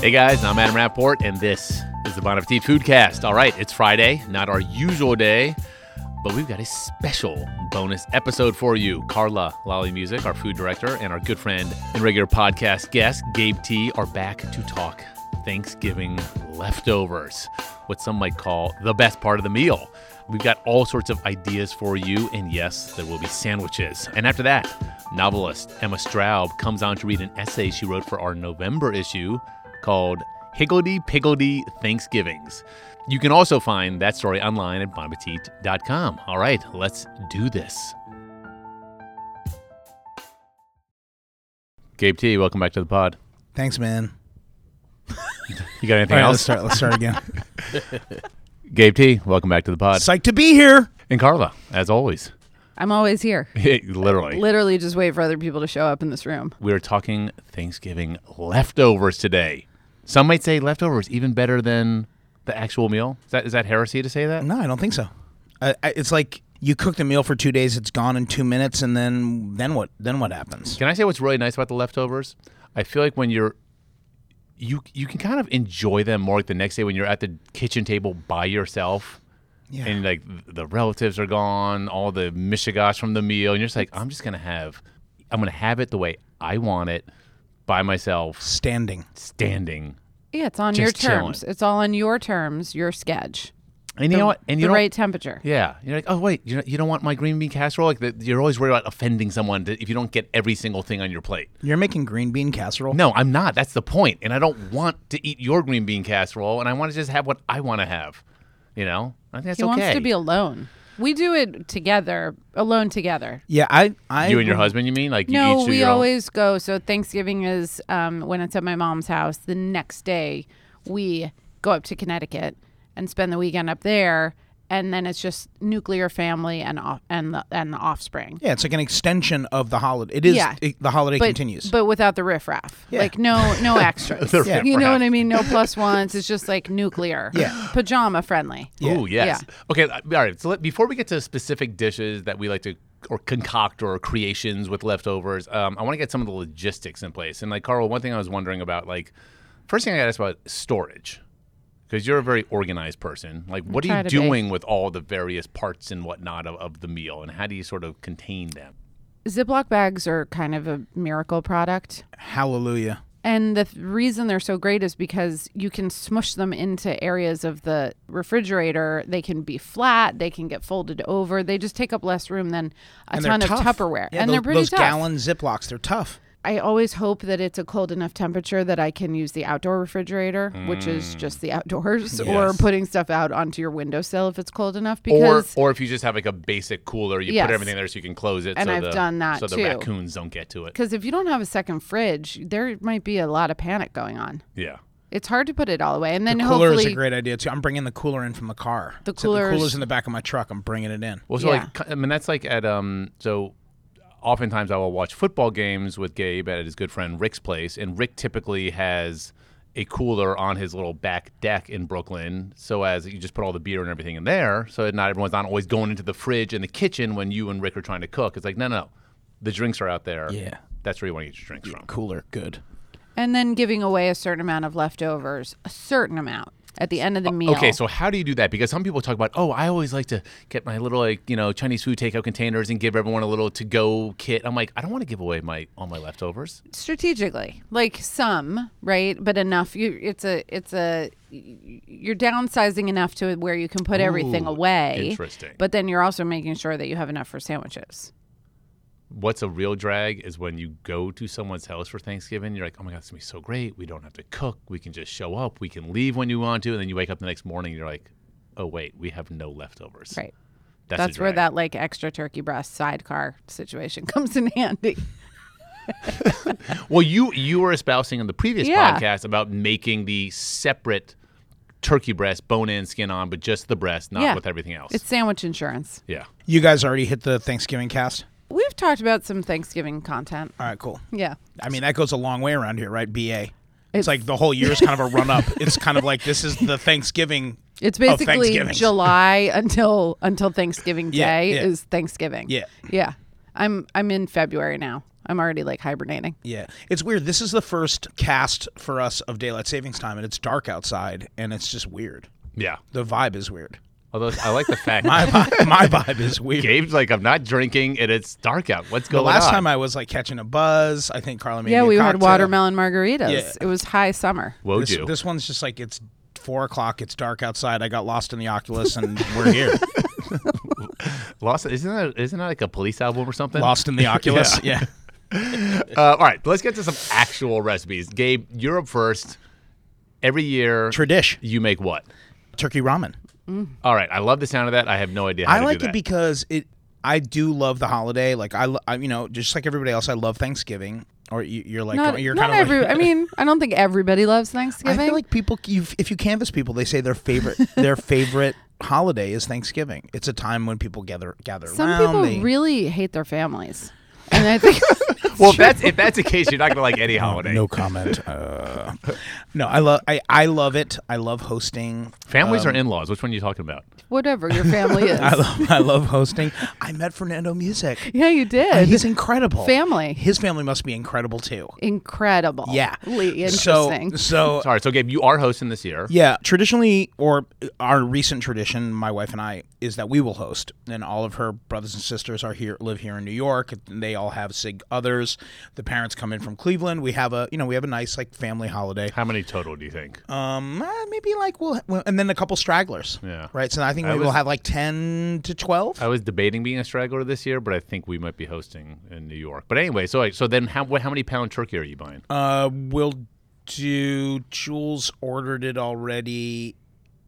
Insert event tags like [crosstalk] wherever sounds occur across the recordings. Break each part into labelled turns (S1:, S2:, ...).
S1: Hey guys, I'm Adam Rapport, and this is the Bon Appetit Foodcast. All right, it's Friday, not our usual day, but we've got a special bonus episode for you. Carla Lally Music, our food director, and our good friend and regular podcast guest, Gabe T, are back to talk Thanksgiving leftovers, what some might call the best part of the meal. We've got all sorts of ideas for you, and yes, there will be sandwiches. And after that, novelist Emma Straub comes on to read an essay she wrote for our November issue called Higgledy Piggledy Thanksgivings. You can also find that story online at bonappetit.com. All right, let's do this. Gabe T, welcome back to the pod.
S2: Thanks, man.
S1: You got anything
S2: All right, let's
S1: else?
S2: start. Let's
S1: [laughs]
S2: start again.
S1: Gabe T, welcome back to the pod.
S2: Psyched to be here.
S1: And Carla, as always, [laughs]
S3: I'm always here.
S1: literally.
S3: Literally just wait for other people to show up in this room.
S1: we are talking Thanksgiving leftovers today. Some might say leftovers even better than the actual meal. Is that is that heresy to say that?
S2: No, I don't think so. I, I, it's like you cook the meal for two days. It's gone in two minutes, and then then what? Then what happens?
S1: Can I say what's really nice about the leftovers? I feel like when you're you you can kind of enjoy them more like the next day when you're at the kitchen table by yourself.
S2: Yeah.
S1: And like th- the relatives are gone, all the mishigash from the meal, and you're just like, I'm just gonna have I'm gonna have it the way I want it by myself,
S2: Standing.
S1: standing.
S3: Yeah, it's on
S1: Just
S3: your
S1: chilling.
S3: terms. It's all on your terms, your sketch.
S1: And you know what? And you
S3: the
S1: know
S3: right temperature.
S1: Yeah, you're like, oh wait, you you don't want my green bean casserole. Like the, you're always worried about offending someone that- if you don't get every single thing on your plate.
S2: You're making green bean casserole.
S1: No, I'm not. That's the point. And I don't want to eat your green bean casserole, and I want to just have what I want to have. You know, I think that's
S3: he
S1: okay.
S3: wants to be alone. We do it together, alone together.
S2: Yeah, I. I
S1: you and your husband, you mean? Like you
S3: no,
S1: each do
S3: we
S1: your own-
S3: always go. So Thanksgiving is um, when it's at my mom's house. The next day, we go up to Connecticut and spend the weekend up there. And then it's just nuclear family and off, and the, and the offspring.
S2: Yeah, it's like an extension of the holiday. It is.
S3: Yeah.
S2: it- the holiday
S3: but,
S2: continues.
S3: But without the riffraff. Like no
S2: [laughs]
S3: no extras.
S1: The
S3: You
S1: riffraff.
S3: know what I mean? No plus ones. It's just like nuclear.
S2: Yeah.
S3: Pajama friendly.
S2: Yeah.
S1: Ooh, yes. Okay, uh, all right. So let, before we get to specific dishes that we like to or concoct or creations with leftovers, um, I want to get some of the logistics in place. And like Carl, one thing I was wondering about, like, first thing I got asked about storage, because you're a very organized person. Like, what are
S3: try
S1: you
S3: to be.
S1: doing with all the various parts and whatnot of, of the meal, and how do you sort of contain them?
S3: Ziploc bags are kind of a miracle product.
S2: Hallelujah.
S3: And the th- reason they're so great is because you can smush them into areas of the refrigerator. They can be flat, they can get folded over. They just take up less room than a
S2: And
S3: ton
S2: they're
S3: of
S2: tough.
S3: Tupperware.
S2: Yeah,
S3: and
S2: those,
S3: they're pretty
S2: those
S3: tough.
S2: gallon Ziplocs. They're tough.
S3: I always hope that it's a cold enough temperature that I can use the outdoor refrigerator, which is just the
S2: [laughs]
S3: outdoors, or
S2: Mm. Yes.
S3: putting stuff out onto your windowsill if it's cold enough.
S1: Or,
S3: Because
S1: or if you just have like a basic cooler, you
S3: Yes.
S1: put everything there so you can close it.
S3: And
S1: so
S3: I've
S1: the,
S3: done that,
S1: so the
S3: too.
S1: raccoons don't get to it.
S3: cause if you don't have a second fridge, there might be a lot of panic going on.
S1: Yeah.
S3: It's hard to put it all away. And then
S2: Cooler is
S3: hopefully,
S2: a great idea too. I'm bringing the cooler in from the car.
S3: The
S2: It's in the
S3: cooler's-
S2: cooler's in the back of my truck. I'm bringing it in.
S1: Well, so
S3: Yeah.
S1: like, ki- I mean, that's like at um. So, oftentimes I will watch football games with Gabe at his good friend Rick's place, and Rick typically has a cooler on his little back deck in Brooklyn, so as you just put all the beer and everything in there, so that not everyone's not always going into the fridge and the kitchen when you and Rick are trying to cook. It's like no, no, the drinks are out there.
S2: Yeah.
S1: that's where you want to get your drinks from.
S2: Cooler, good.
S3: and then giving away a certain amount of leftovers, a certain amount at the end of the meal.
S1: Okay, so how do you do that? Because some people talk about, oh, I always like to get my little like you know Chinese food takeout containers and give everyone a little to go kit. I'm like, I don't want to give away my all my leftovers.
S3: strategically like some right but enough you it's a it's a you're downsizing enough to where you can put everything
S1: Ooh,
S3: away
S1: interesting.
S3: but then you're also making sure that you have enough for sandwiches
S1: what's a real drag is when you go to someone's house for Thanksgiving. You're like, oh my God, it's gonna be so great. We don't have to cook. We can just show up. We can leave when you want to. And then you wake up the next morning and you're like, oh wait, we have no leftovers.
S3: right
S1: That's,
S3: that's
S1: a
S3: where
S1: drag.
S3: that like extra turkey breast sidecar situation [laughs] comes in handy
S1: Well, you you were espousing in the previous
S3: Yeah.
S1: podcast about making the separate turkey breast, bone in, skin on, but just the breast, not
S3: Yeah.
S1: with everything else.
S3: it's sandwich insurance
S1: yeah.
S2: You guys already hit the Thanksgiving cast.
S3: we've talked about some thanksgiving content
S2: All right, cool.
S3: yeah
S2: I mean, that goes a long way around here, right? BA. It's,
S3: It's-
S2: like the whole year is kind of a run up. it's kind of like this is the Thanksgiving.
S3: it's
S2: of
S3: basically
S2: [laughs] Thanksgiving.
S3: july until until thanksgiving
S2: Yeah,
S3: day
S2: yeah.
S3: is thanksgiving
S2: Yeah.
S3: [laughs] yeah I'm I'm in February now. I'm already like hibernating.
S2: Yeah, it's weird. This is the first cast for us of daylight savings time, and it's dark outside, and it's just weird.
S1: Yeah.
S2: The vibe is weird. [laughs]
S1: Although I like the fact
S2: My vibe, my vibe is
S1: [laughs]
S2: weird.
S1: Gabe's like, I'm not drinking and it's dark out. What's
S2: the
S1: going
S2: last
S1: on?
S2: time I was like catching a buzz, I think Carla made
S3: yeah,
S2: me a
S3: we had
S2: cocktail.
S3: watermelon margaritas.
S2: Yeah.
S3: It was high summer.
S1: Whoa,
S2: This,
S1: Jew.
S2: this one's just like it's four o'clock. It's dark outside. I got lost in the Oculus, and we're here.
S1: Lost, isn't that isn't that like a police album or something?
S2: lost in the Oculus. yeah.
S1: Uh, all right, let's get to some actual recipes. Gabe, you're up first. Every year,
S2: Tradish
S1: you make what?
S2: turkey ramen.
S1: All right, I love the sound of that. I have no idea. How
S2: I
S1: to
S2: like
S1: do
S2: it
S1: that.
S2: because it. I do love the holiday. Like I, lo- I- you know, just like everybody else, I love Thanksgiving. Or you, you're like,
S3: Not,
S2: you're
S3: not
S2: kind of
S3: every.
S2: like,
S3: I mean, I don't think everybody loves Thanksgiving.
S2: I feel like people, you if you canvass people, they say their favorite
S3: [laughs]
S2: their favorite holiday is Thanksgiving. It's a time when people gather gather
S3: Some
S2: around.
S3: people
S2: they-
S3: really hate their families, and I think [laughs]
S1: well, if that's if that's the case, you're not gonna like any holiday. [laughs]
S2: [laughs] no comment. Uh, no, I love I, I love it. I love hosting. Um,
S1: Families or in-laws? Which one are you talking about?
S3: whatever your family is.
S2: [laughs] I love I love hosting. I met Fernando Music.
S3: [laughs] yeah, you did.
S2: He's incredible.
S3: Family.
S2: His family must be incredible too.
S3: Incredible.
S2: Yeah.
S3: Really
S2: So
S3: interesting. [laughs]
S2: so
S1: Sorry, so Gabe, you are hosting this year.
S2: uh, Yeah, traditionally, or our recent tradition, my wife and I, is that we will host, and all of her brothers and sisters are here, live here in New York. And they all have sig others. The parents come in from Cleveland. We have a, you know, we have a nice like family holiday.
S1: How many total do you think?
S2: Um, eh, maybe like we'll, well, and then a couple stragglers.
S1: Yeah.
S2: right. So I think
S1: I
S2: we
S1: was-
S2: will have like ten to twelve.
S1: I was debating being a straggler this year, but I think we might be hosting in New York. But anyway, so I- so then how what, how many pound turkey are you buying?
S2: Uh, we'll do. Jules ordered it already.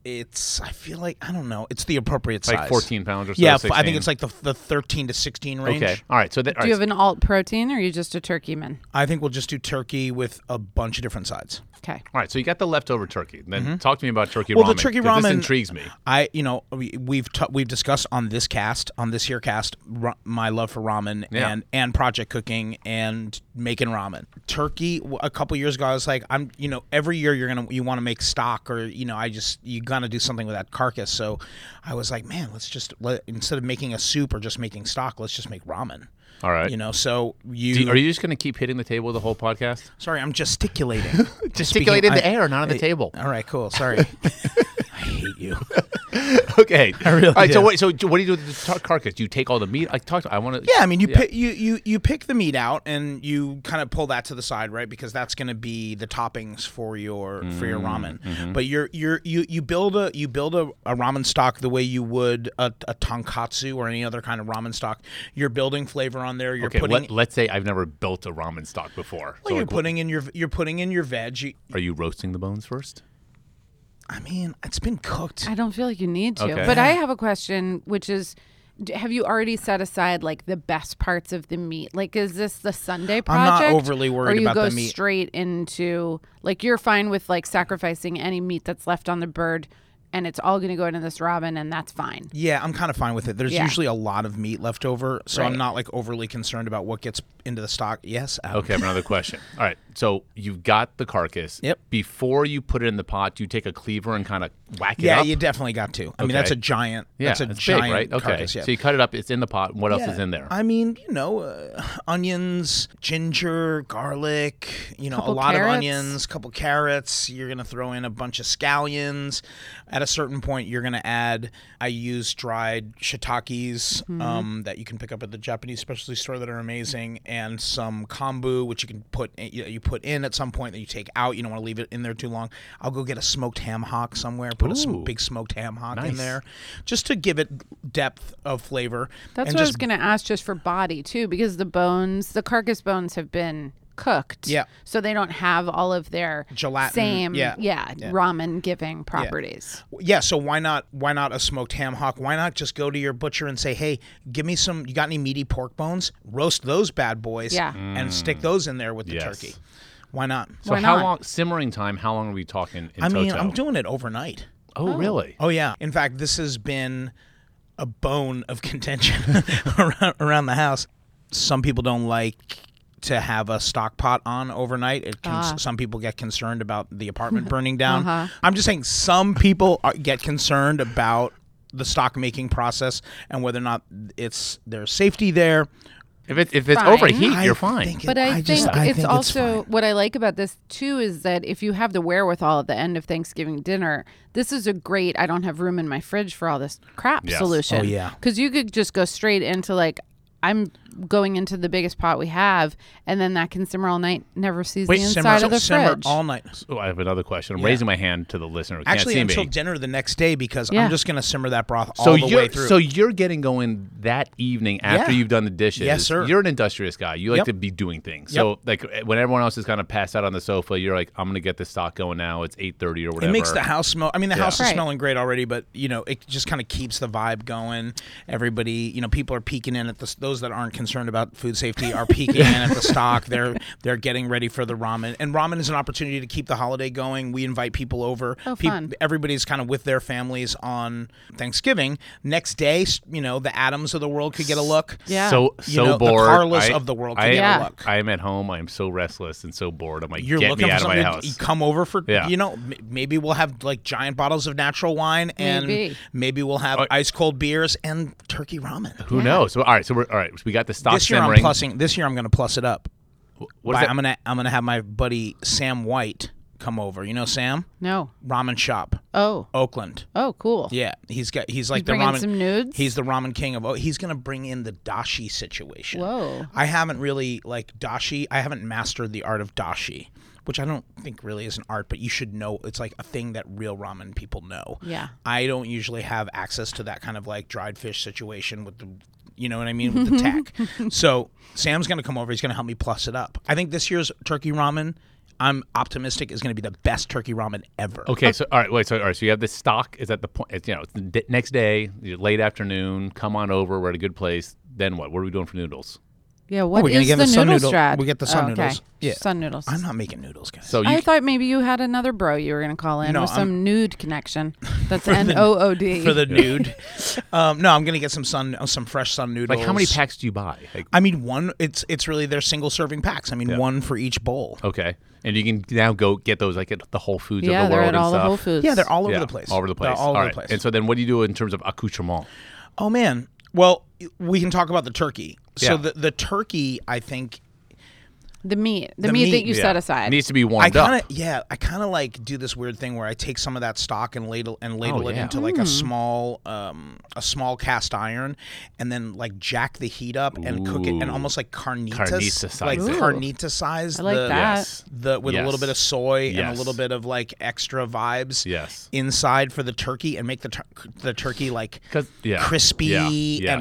S2: It's. I feel like I don't know. It's the appropriate size.
S1: Like 14 pounds or so.
S2: Yeah, f- I
S1: 16?
S2: think it's like the the thirteen to sixteen range.
S1: okay. All right, so that, all
S3: Do you
S1: right,
S3: have an alt protein, or are you just a turkey man?
S2: I think we'll just do turkey with a bunch of different sides.
S3: Okay.
S1: all right, so you got the leftover turkey. Then talk to me about Mm-hmm. turkey
S2: Well,
S1: ramen.
S2: the turkey
S1: 'cause this
S2: ramen-
S1: intrigues me.
S2: I, you know, we, we've t- we've discussed on this cast, on this here cast, ra- my love for ramen
S1: Yeah.
S2: and and project cooking and making ramen. Turkey. w- A couple years ago, I was like, I'm, you know, every year you're gonna you want to make stock or you know, I just you gotta do something with that carcass. So I was like, man, let's just let, instead of making a soup or just making stock, let's just make ramen.
S1: All right.
S2: You know, so you,
S1: Do you- are you just going to keep hitting the table the whole podcast?
S2: sorry,
S1: [laughs]
S2: I'm gesticulating.
S1: Gesticulate in the
S2: I-
S1: air, not on the table.
S2: All right, cool. Sorry. [laughs] I hate you.
S1: [laughs] Okay. I
S2: really
S1: All right. So
S2: do.
S1: wait. So do- what do you do with the tar- carcass? Do you take all the meat? I talked. I want to.
S2: Yeah, I mean, you pick you, you you pick the meat out and you kind of pull that to the side, right? Because that's going to be the toppings for your for your ramen. But you're you're you you build a you build a, a ramen stock the way you would a, a tonkatsu or any other kind of ramen stock. You're building flavor on there. You're
S1: Okay.
S2: putting
S1: Let, let's say I've never built a ramen stock before. so
S2: well, you're
S1: like,
S2: putting in your you're putting in your veg. You-
S1: are you roasting the bones first?
S2: I mean, it's been cooked.
S3: I don't feel like you need to.
S1: Okay.
S3: But I have a question, which is. d- Have you already set aside like the best parts of the meat? Like, is this the Sunday
S2: I'm not
S3: project?
S2: overly worried
S3: or you
S2: about
S3: go
S2: the meat.
S3: straight into like you're fine with like sacrificing any meat that's left on the bird, and it's all going to go into this robin, and that's fine.
S2: Yeah, I'm kind of fine with it. There's
S3: Yeah.
S2: usually a lot of meat left over, so
S3: Right.
S2: I'm not like overly concerned about what gets into the stock. Yes. Adam?
S1: Okay. I have another question. All right. So you've got the carcass.
S2: Yep.
S1: Before you put it in the pot, do you take a cleaver and kind of whack it
S2: Yeah,
S1: up?
S2: you definitely got to. I mean, that's a
S1: Okay.
S2: giant.
S1: yeah.
S2: that's a
S1: it's
S2: giant
S1: big, right? Okay.
S2: carcass. Yeah.
S1: So you cut it up. It's in the pot. What else is in there?
S2: I mean, you know, uh, onions, ginger, garlic. You know,
S3: Couple
S2: a lot
S3: carrots.
S2: of onions, couple carrots. You're gonna throw in a bunch of scallions. At a certain point, you're gonna add. I use dried shiitakes
S3: Mm-hmm.
S2: um, that you can pick up at the Japanese specialty store that are amazing, and some kombu, which you can put in, you, you put in at some point that you take out. You don't want to leave it in there too long. I'll go get a smoked ham hock somewhere. Put a
S1: Ooh.
S2: sm- big smoked ham hock
S1: Nice.
S2: in there, just to give it depth of flavor.
S3: That's
S2: and
S3: what I
S2: just
S3: was going to ask, just for body too, because the bones, the carcass bones, have been cooked.
S2: Yeah.
S3: So they don't have all of their
S2: Gelatin,
S3: same,
S2: yeah,
S3: ramen giving properties.
S2: Yeah, so why not why not a smoked ham hock? Why not just go to your butcher and say, "Hey, give me some you got any meaty pork bones? Roast those bad boys
S3: Yeah.
S2: and stick those in there with the
S1: Yes.
S2: turkey." Why not?
S1: so
S3: Why
S1: how
S3: not?
S1: long simmering time? How long are we talking in
S2: I mean,
S1: toto?
S2: I'm doing it overnight.
S1: oh, really?
S2: Oh yeah. In fact, this has been a bone of [laughs] contention around, around the house. Some people don't like to have a stock pot on overnight. It can,
S3: Ah.
S2: Some people get concerned about the
S3: [laughs]
S2: apartment burning down.
S3: Uh-huh.
S2: I'm just saying some people are, get concerned about the stock making process and whether or not it's there's safety there
S1: If it, if it's
S3: Fine.
S1: overheat,
S2: I
S1: you're fine.
S2: think it-
S3: But I, think
S2: just- I
S3: it's
S2: think
S3: also
S2: fine.
S3: what I like about this too is that if you have the wherewithal at the end of Thanksgiving dinner, this is a great I don't have room in my fridge for all this crap
S1: Yes.
S3: solution.
S2: Oh, yeah.
S3: Cuz you could just go straight into like I'm going into the biggest pot we have and then that can simmer all night, never sees
S1: Wait,
S3: the
S2: simmer,
S3: inside of the
S2: simmer
S3: fridge.
S2: all night.
S1: Oh, I have another question. I'm raising my hand to the listener. Who
S2: Actually,
S1: can't see
S2: until
S1: me.
S2: dinner the next day because
S3: Yeah.
S2: I'm just going to simmer that broth
S1: So
S2: all the way
S1: you're
S2: through.
S1: so you're getting going that evening after
S2: Yeah.
S1: you've done the dishes.
S2: Yes, sir.
S1: You're an industrious guy. You like
S2: Yep.
S1: to be doing things. So like when everyone else is kind of passed out on the sofa, you're like, I'm gonna get this stock going now. It's 8:30 or
S2: it
S1: whatever.
S2: makes the house smell. I mean, the house is
S3: Right.
S2: smelling great already, but you know, it just kind of keeps the vibe going. Everybody, you know, people are peeking in at the those that aren't concerned about food safety are peeking in at the stock. They're they're getting ready for the ramen, and ramen is an opportunity to keep the holiday going. We invite people over.
S3: Oh,
S2: Peop-
S3: fun.
S2: everybody's kind of with their families on Thanksgiving. Next day, s- you know, the Adams of the world could get a look.
S3: Yeah.
S1: So
S2: You
S1: so
S2: know, the
S1: bored.
S2: Carlos
S1: I-
S2: of the world
S1: I,
S2: can
S3: Yeah.
S2: look.
S1: I am at home. I am so restless and so bored. I'm like,
S2: You're
S1: get
S2: looking
S1: me
S2: for
S1: out of my
S2: something. to-
S1: house.
S2: Come over for
S1: Yeah.
S2: you know. m- Maybe we'll have like giant bottles of natural wine, and
S3: Maybe.
S2: maybe, we'll
S1: Oh,
S2: have ice cold beers and turkey ramen.
S1: Who knows? Well, all right. So we're all right. So we got the stock
S2: This year
S1: simmering.
S2: I'm plussing. This year I'm going to plus it up.
S1: What is
S2: By-
S1: that?
S2: I'm gonna I'm gonna have my buddy Sam White come over. You know Sam,
S3: no.
S2: ramen shop,
S3: Oh.
S2: Oakland.
S3: Oh, cool.
S2: Yeah, he's got he's like the
S3: bringing
S2: ramen.
S3: some nudes?
S2: He's the ramen king of. Oh, he's gonna bring in the dashi situation.
S3: Whoa.
S2: I haven't really like dashi. I haven't mastered the art of dashi, which I don't think really is an art, but you should know. It's like a thing that real ramen people know.
S3: Yeah.
S2: I don't usually have access to that kind of like dried fish situation with the, you know what I mean, with
S3: [laughs]
S2: the tack. So Sam's gonna come over. He's gonna help me plus it up. I think this year's turkey ramen. I'm optimistic is going to be the best turkey ramen ever.
S1: Okay, so all right, wait, so all right, so you have this stock is at the point, it's, you know, it's the d- next day, you- late afternoon. Come on over, we're at a good place. Then what? What are we doing for noodles?
S3: Yeah, what
S2: Oh, we're gonna
S3: is
S2: get
S3: the
S2: the sun
S3: noodle
S2: noodle-
S3: strat?
S2: we get the sun
S3: Oh, okay.
S2: noodles. Yeah.
S3: Sun noodles.
S2: I'm not making noodles, guys.
S1: So you,
S3: I thought maybe you had another bro you were going to call in
S2: No,
S3: with
S2: I'm-
S3: some nude
S2: [laughs]
S3: connection. That's N O O D.
S2: for the nude. um, no, I'm gonna get some sun, uh, some fresh sun noodles.
S1: like, how many packs do you buy? Like,
S2: I mean, one. It's it's really their single serving packs. I mean, one for each bowl.
S1: okay, and you can now go get those like at the Whole Foods
S3: yeah,
S1: of the
S3: they're
S1: world
S3: at
S1: and
S3: all
S1: stuff.
S3: the Whole Foods.
S2: Yeah, they're all over
S1: Yeah,
S2: the place.
S1: all over the place.
S2: They're all over
S1: right.
S2: the place.
S1: And so then, what do you do in terms of accoutrement?
S2: oh man. Well, we can talk about the turkey. So
S1: Yeah.
S2: the the turkey, I think,
S3: the meat, the,
S2: The
S3: meat, that
S2: meat,
S3: you
S1: Yeah.
S3: set aside.
S1: needs to be
S2: I
S1: warmed
S2: kind
S1: up.
S2: of yeah, I kind of like do this weird thing where I take some of that stock and ladle and ladle it
S1: Oh, yeah.
S2: into
S3: Hmm.
S2: like a small um a small cast iron, and then like jack the heat up and cook it and
S1: Ooh.
S2: almost like carnitas,
S1: Carnita-size
S2: like
S1: it. Ooh.
S2: carnita size.
S3: I like
S2: the,
S3: that.
S1: Yes.
S2: the with a
S1: Yes.
S2: little bit of soy and a
S1: Yes.
S2: little bit of like extra vibes
S1: Yes.
S2: inside for the turkey and make the tur- the turkey like
S1: 'Cause- yeah.
S2: crispy
S1: Yeah.
S2: and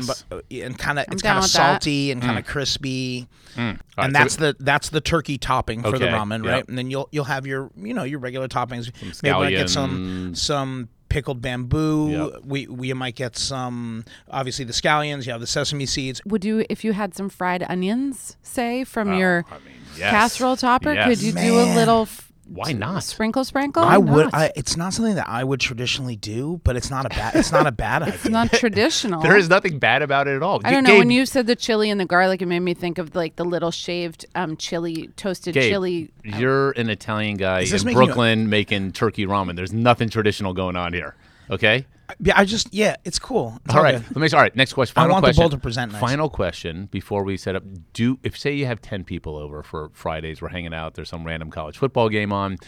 S1: Yes. Mm.
S2: bu- and kind of it's
S3: down
S2: kind of
S3: with that.
S2: salty and kind of crispy
S1: All right,
S2: and
S1: so-
S2: that's the that's the turkey topping for the
S1: Okay,
S2: ramen
S1: yep.
S2: right and then you'll you'll have your you know your regular toppings maybe I get some some pickled bamboo
S1: Yep.
S2: we we might get some obviously the scallions you have the sesame seeds
S3: Would you, if you had some fried onions, say from your
S1: Oh, I mean, yes.
S3: casserole topper, could
S1: Yes.
S3: you do a
S2: Man.
S3: little? F-
S1: Why not?
S3: Sprinkle, sprinkle.
S2: I would.
S1: not?
S2: I, it's not something that I would traditionally do, but it's not a bad. It's not a
S3: [laughs]
S2: bad idea. [laughs]
S3: It's not traditional.
S1: There is nothing bad about it at all.
S3: I don't know. when you said the chili and the garlic, it made me think of like the little shaved um, chili, toasted chili.
S1: You're an Italian guy
S2: this
S1: in
S2: making you-
S1: Brooklyn making turkey ramen. There's nothing traditional going on here. Okay.
S2: Yeah, I just yeah, it's cool. It's
S1: All right.
S2: good.
S1: Let me. All right. Next question. Final
S2: want the
S1: question.
S2: bowl to present nice.
S1: Final question before we set up. Do if say you have ten people over for Fridays, we're hanging out. There's some random college football game on.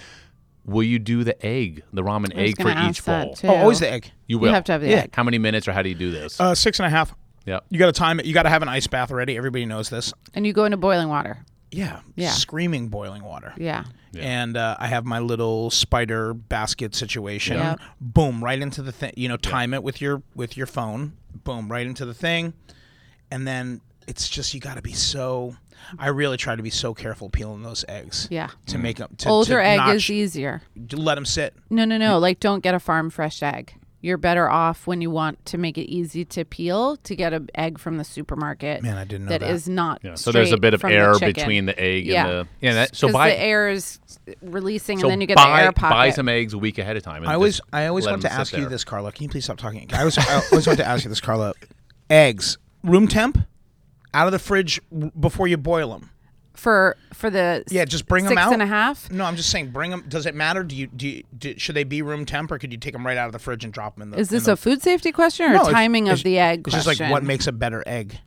S1: Will you do the egg, the ramen
S3: I was
S1: egg for
S3: gonna
S1: each
S3: ask that,
S1: bowl?
S3: too.
S2: Oh, always the egg.
S1: You
S3: You
S1: will
S3: have to have the
S2: Yeah.
S3: egg.
S1: How many minutes or how do you do this?
S2: Uh, six and a half.
S1: yep.
S2: You got to time it. You got to have an ice bath ready. Everybody knows this.
S3: and you go into boiling water.
S2: Yeah.
S3: Yeah.
S2: Screaming boiling water.
S3: Yeah.
S2: And uh, I have my little spider basket situation.
S3: Yeah.
S2: Boom, right into the thing. You know, time it with your with your phone. Boom, right into the thing, and then it's just you got to be so. I really try to be so careful peeling those eggs.
S3: Yeah.
S2: To make them to,
S3: Older
S2: to
S3: egg
S2: not
S3: is e
S2: sh-
S3: easier.
S2: to let them sit.
S3: No, no, no. Like, don't get a farm fresh egg. You're better off when you want to make it easy to peel to get an egg from the supermarket.
S2: Man, I didn't know that.
S3: That is not.
S1: So there's a
S3: straight
S1: bit of
S3: from the
S1: air
S3: chicken.
S1: between the egg
S3: Yeah.
S1: and the yeah. That, so
S3: 'Cause
S1: buy
S3: the air is releasing,
S1: so
S3: and then you get
S1: buy,
S3: the air pocket.
S1: buy some eggs a week ahead of time. and
S2: I always
S1: just
S2: I always
S1: let
S2: want
S1: them
S2: to
S1: sit
S2: ask you
S1: there.
S2: this, Carla. Can you please stop talking? I always I always want to ask you this, Carla. Eggs, room temp, out of the fridge w- before you boil them.
S3: for for the
S2: Yeah, just bring
S3: six
S2: them out.
S3: and a half.
S2: No, I'm just saying, bring them. Does it matter? Do you do, you, do should they be room temp or could you take them right out of the fridge and drop them in the?
S3: Is this
S2: in
S3: a food safety question or
S2: the, No,
S3: a
S2: it's-
S3: timing
S2: it's-
S3: of the egg
S2: It's
S3: question?
S2: just like what makes a better egg.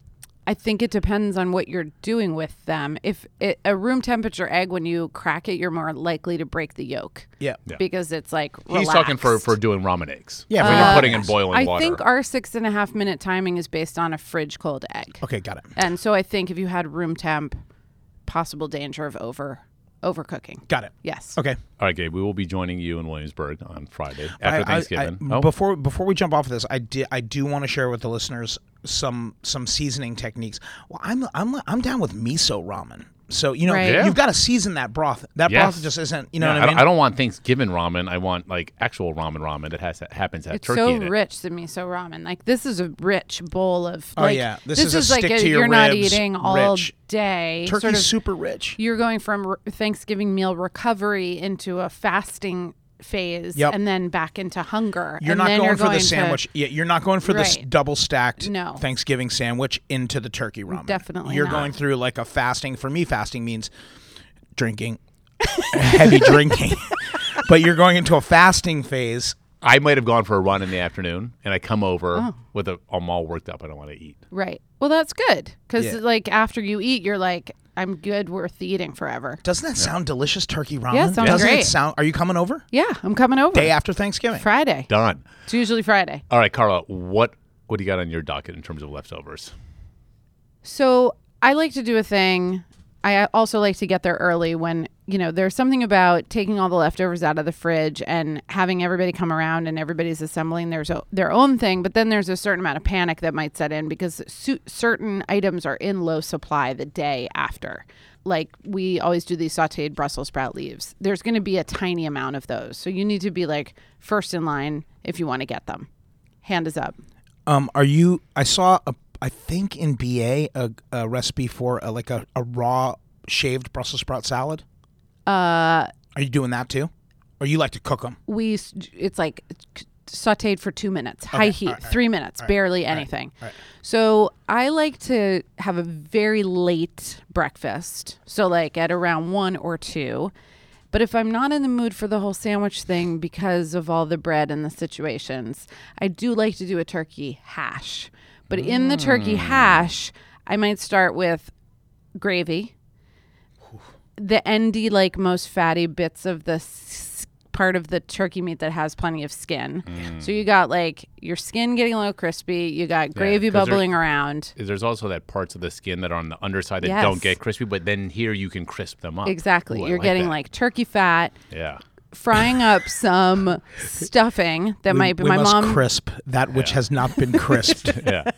S3: I think it depends on what you're doing with them. If it, a room temperature egg, when you crack it, you're more likely to break the yolk
S2: Yeah.
S1: Yeah.
S3: because it's like
S1: He's talking for,
S3: relaxed.
S1: for doing ramen eggs.
S2: Yeah,
S1: when
S2: for
S1: you're
S2: ramen
S1: putting in
S2: eggs.
S1: boiling
S3: I
S1: water.
S3: think our six and a half minute timing is based on a fridge cold egg,
S2: Okay, got it.
S3: and so I think if you had room temp, possible danger of over overcooking.
S2: Got it.
S3: Yes.
S2: Okay.
S1: All right, Gabe, we will be joining you in Williamsburg on Friday
S2: I-
S1: after
S2: I- I-
S1: Thanksgiving. oh,
S2: Before before we jump off of this, I di- I do want to share with the listeners some some seasoning techniques. Well, I'm I'm I'm down with miso ramen. So you know
S3: Right. Yeah.
S2: you've got to season that broth. That
S1: Yes.
S2: broth just isn't. You know
S1: Yeah,
S2: what I mean?
S1: don't, I don't want Thanksgiving ramen. I want like actual ramen ramen that has that happens to have
S3: It's
S1: turkey
S3: so
S1: in it.
S3: rich to me, so ramen. Like this is a rich bowl of.
S2: Oh,
S3: Like,
S2: yeah.
S3: this,
S2: This
S3: is,
S2: is a
S3: like
S2: stick to your
S3: you're not
S2: ribs,
S3: eating all
S2: rich.
S3: day.
S2: Turkey's
S3: sort of,
S2: super rich.
S3: you're going from re- Thanksgiving meal recovery into a fasting phase,
S2: Yep.
S3: and then back into hunger.
S2: You're
S3: and
S2: not
S3: then
S2: going
S3: you're
S2: for
S3: going
S2: the
S3: to-
S2: sandwich. yeah, you're not going for this
S3: Right.
S2: double stacked
S3: No.
S2: Thanksgiving sandwich into the turkey ramen.
S3: Definitely
S2: You're
S3: not.
S2: going through like a fasting. For me, fasting means drinking, [laughs] heavy
S3: [laughs]
S2: drinking. but you're going into a fasting phase.
S1: I might have gone for a run in the afternoon, and I come over
S3: Oh.
S1: with a I'm all worked up. I don't want to eat.
S3: right. Well, that's good because
S2: Yeah.
S3: like after you eat, you're like, I'm good, worth eating forever.
S2: Doesn't that sound delicious? Turkey ramen.
S3: Yeah, it sounds
S2: Doesn't
S3: great.
S2: it sound? Are you coming over
S3: Yeah, I'm coming over
S2: day after Thanksgiving?
S3: Friday.
S1: Done.
S3: It's usually Friday.
S1: All right, Carla, what what do you got on your docket in terms of leftovers?
S3: So I like to do a thing. I also like to get there early when, you know, there's something about taking all the leftovers out of the fridge and having everybody come around and everybody's assembling their, their own thing. But then there's a certain amount of panic that might set in because su- certain items are in low supply the day after. Like we always do these sauteed Brussels sprout leaves. There's going to be a tiny amount of those. So you need to be like first in line if you want to get them. Hand is up.
S2: Um, are you? I saw a. I think in BA a, a recipe for a, like a, a raw shaved Brussels sprout salad. Uh, are you doing that too? Or you like to cook them?
S3: we s- it's like sauteed for two minutes high heat three minutes barely anything so i like to have a very late breakfast so like at around one or two but if i'm not in the mood for the whole sandwich thing because of all the bread and the situations i do like to do a turkey hash but in the
S1: Mm.
S3: turkey hash i might start with gravy the endy like most fatty bits of the s- part of the turkey meat that has plenty of skin.
S1: Mm.
S3: So you got like your skin getting a little crispy, you got gravy
S1: 'cause they're-
S3: bubbling around.
S1: There's also that parts of the skin that are on the underside that
S3: Yes.
S1: don't get crispy, but then here you can crisp them up.
S3: Exactly.
S1: Oh, Ooh, I
S3: You're getting
S1: that.
S3: like turkey fat, [laughs]
S1: yeah.
S3: frying up some stuffing that might be
S2: we
S3: my
S2: must
S3: mom
S2: crisp that which has not
S3: [laughs]
S2: been crisped.
S1: Yeah.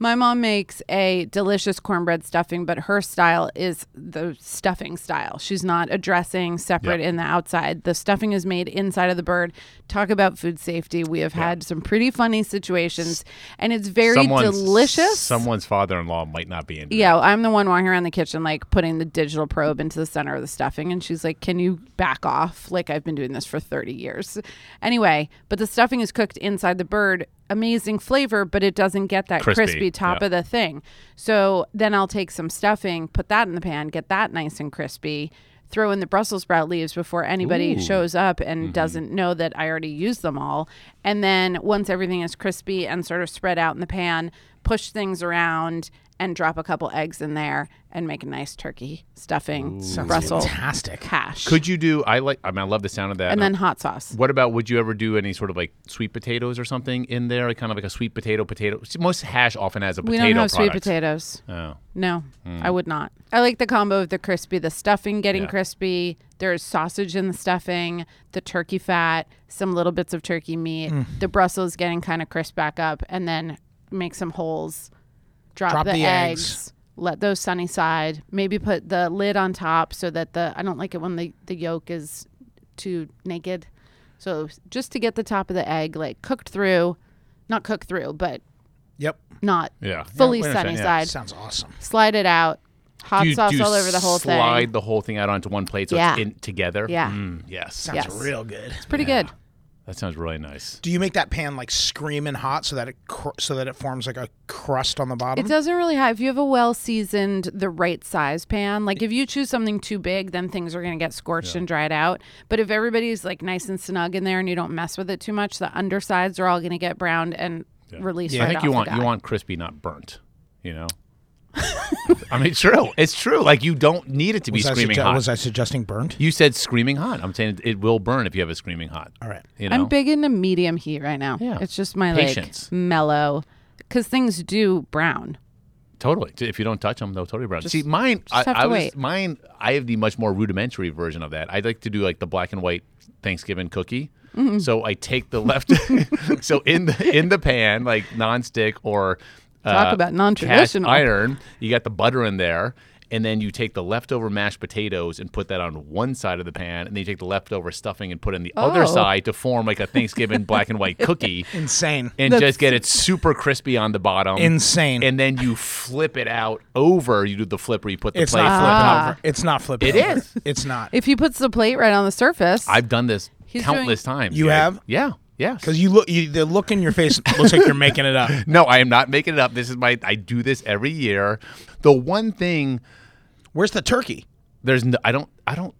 S3: My mom makes a delicious cornbread stuffing, but her style is the stuffing style. She's not a dressing separate in the outside. The stuffing is made inside of the bird. Talk about food safety. We have had some pretty funny situations, and it's very delicious.
S1: Someone's father-in-law might not be in.
S3: yeah, I'm the one walking around the kitchen, like putting the digital probe into the center of the stuffing. And she's like, Can you back off? Like, I've been doing this for 30 years. Anyway, but the stuffing is cooked inside the bird. Amazing flavor, but it doesn't get that
S1: Crispy,
S3: crispy, top
S1: yeah.
S3: of the thing. So then I'll take some stuffing, put that in the pan, get that nice and crispy. Throw in the Brussels sprout leaves before anybody shows up and
S1: Mm-hmm.
S3: doesn't know that I already used them all. And then once everything is crispy and sort of spread out in the pan, push things around and drop a couple eggs in there and make a nice turkey stuffing Brussels
S2: Fantastic.
S3: hash.
S1: Could you do? I like. I mean, I love the sound of that.
S3: and
S1: I'm
S3: then hot sauce.
S1: What about would you ever do any sort of like sweet potatoes or something in there, like kind of like a sweet potato potato? Most hash often has a
S3: We
S1: potato.
S3: don't have sweet
S1: product.
S3: potatoes.
S1: Oh.
S3: No, I would not. I like the combo of the crispy, the stuffing getting
S1: Yeah.
S3: crispy. There's sausage in the stuffing, the turkey fat, some little bits of turkey meat,
S2: Hmm.
S3: the Brussels getting kind of crisp back up, and then make some holes, drop,
S2: Drop
S3: the,
S2: the
S3: eggs.
S2: eggs.
S3: let those sunny side. Maybe put the lid on top so that the I don't like it when the the yolk is too naked. So just to get the top of the egg like cooked through, not cooked through, but
S2: Yep.
S3: not
S1: Yeah.
S3: fully
S1: Yeah, we
S3: sunny
S1: understand, yeah.
S3: side
S2: Sounds awesome.
S3: slide it out, hot
S1: Do you-
S3: sauce
S1: do you
S3: all over the whole
S1: Slide
S3: thing.
S1: the whole thing out onto one plate so
S3: Yeah.
S1: it's in together.
S3: Yeah.
S1: Mm, yes.
S2: Sounds
S3: Yes.
S2: real good.
S3: It's pretty good.
S1: That sounds really nice.
S2: Do you make that pan like screaming hot so that it cr- so that it forms like a crust on the bottom?
S3: It doesn't really have. If you have a well seasoned, the right size pan, like if you choose something too big, then things are going to get scorched and dried out. But if everybody's like nice and snug in there and you don't mess with it too much, the undersides are all going to get browned and released.
S1: I
S3: right
S1: think you
S3: off the
S1: want you
S3: guy.
S1: want crispy, not burnt. You know. I mean, true. It's true. Like you don't need it to be
S2: Was I,
S1: screaming
S2: sugge-
S1: hot.
S2: was I suggesting burnt?
S1: you said screaming hot. I'm saying it will burn if you have it screaming hot.
S2: All right.
S1: You know.
S3: I'm big into medium heat right now.
S1: Yeah.
S3: It's just my
S1: Patience.
S3: like mellow, because things do brown.
S1: Totally. T- If you don't touch them, they'll totally brown. See, mine, I,
S3: have to
S1: I was
S3: wait.
S1: mine. I have the much more rudimentary version of that. I like to do like the black and white Thanksgiving cookie.
S3: Mm-hmm.
S1: So I take the left. [laughs] so in the in the pan, like nonstick or
S3: Talk about non-traditional.
S1: cast iron. You got the butter in there. And then you take the leftover mashed potatoes and put that on one side of the pan, and then you take the leftover stuffing and put it on the other
S3: Oh.
S1: side to form like a Thanksgiving black and
S3: [laughs]
S1: white cookie
S2: Insane.
S1: and
S3: That's-
S1: just get it super crispy on the bottom.
S2: Insane.
S1: And then you flip it out over. You do the flip where you put the
S2: it's
S1: plate.
S2: not
S1: flip
S2: flipping
S1: out.
S2: over. It's not flipping.
S1: It
S2: over.
S1: is.
S2: It's not.
S3: If he puts the plate right on the surface,
S1: I've done this
S3: He's
S1: countless times.
S2: You
S1: Jay.
S2: have?
S1: Yeah. Yes.
S2: Because you look, you, the look in your face looks like you're making it up.
S1: no, I am not making it up. This is my. I do this every year. The one thing
S2: Where's the turkey?
S1: there's no, I don't I don't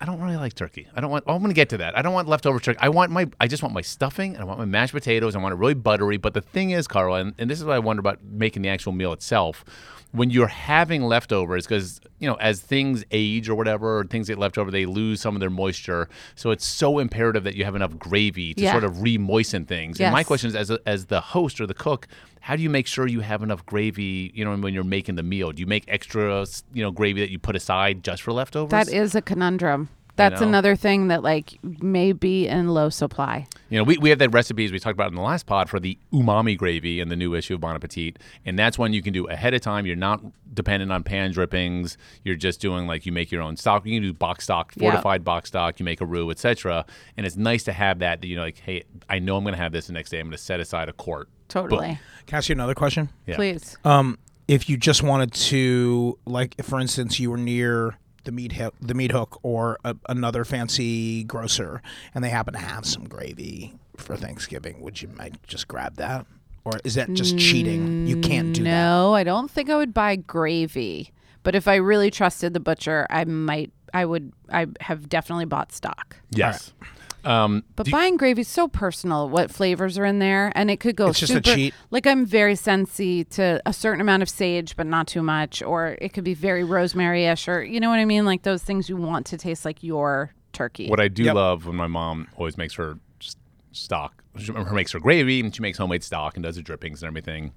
S1: I don't really like turkey. I don't want. I'm going to get to that. I don't want leftover turkey. I want my. I just want my stuffing. And I want my mashed potatoes. I want it really buttery. But the thing is, Carla, and, and this is what I wonder about making the actual meal itself. When you're having leftovers, because you know, as things age or whatever, or things get left over, they lose some of their moisture. So it's so imperative that you have enough gravy to
S3: Yeah.
S1: sort of re-moisten things. And my
S3: Yes.
S1: question is, as a, as the host or the cook, how do you make sure you have enough gravy? You know, when you're making the meal, do you make extra, you know, gravy that you put aside just for leftovers?
S3: that is a conundrum. That's
S1: know?
S3: another thing that like may be in low supply.
S1: You know, we, we have that recipes we talked about in the last pod for the umami gravy in the new issue of Bon Appetit. And that's one you can do ahead of time. You're not dependent on pan drippings. You're just doing like you make your own stock. You can do box stock,
S3: Yeah.
S1: fortified box stock, you make a roux, etc. And it's nice to have that, that you know, like, hey, I know I'm going to have this the next day. I'm going to set aside a quart.
S3: Totally.
S2: Can I ask you another question?
S1: Yeah.
S2: [laughs]
S3: Please.
S2: Um, if you just wanted to, like, for instance, you were near the meat hook, the meat hook, or a, another fancy grocer, and they happen to have some gravy for Thanksgiving, would you might just grab that, or is that just cheating? You can't do that.
S3: no, I don't think I would buy gravy. But if I really trusted the butcher, I might. I would. I have definitely bought stock.
S1: Yes.
S3: But buying gravy's so personal. What flavors are in there, and it could go
S2: It's just a
S3: super.
S2: cheat.
S3: Like I'm very sensy to a certain amount of sage, but not too much. Or it could be very rosemary-ish, or you know what I mean, like those things you want to taste like your turkey.
S1: What I do
S2: Yep.
S1: love when my mom always makes her s- stock, she her makes her gravy and she makes homemade stock and does the drippings and everything.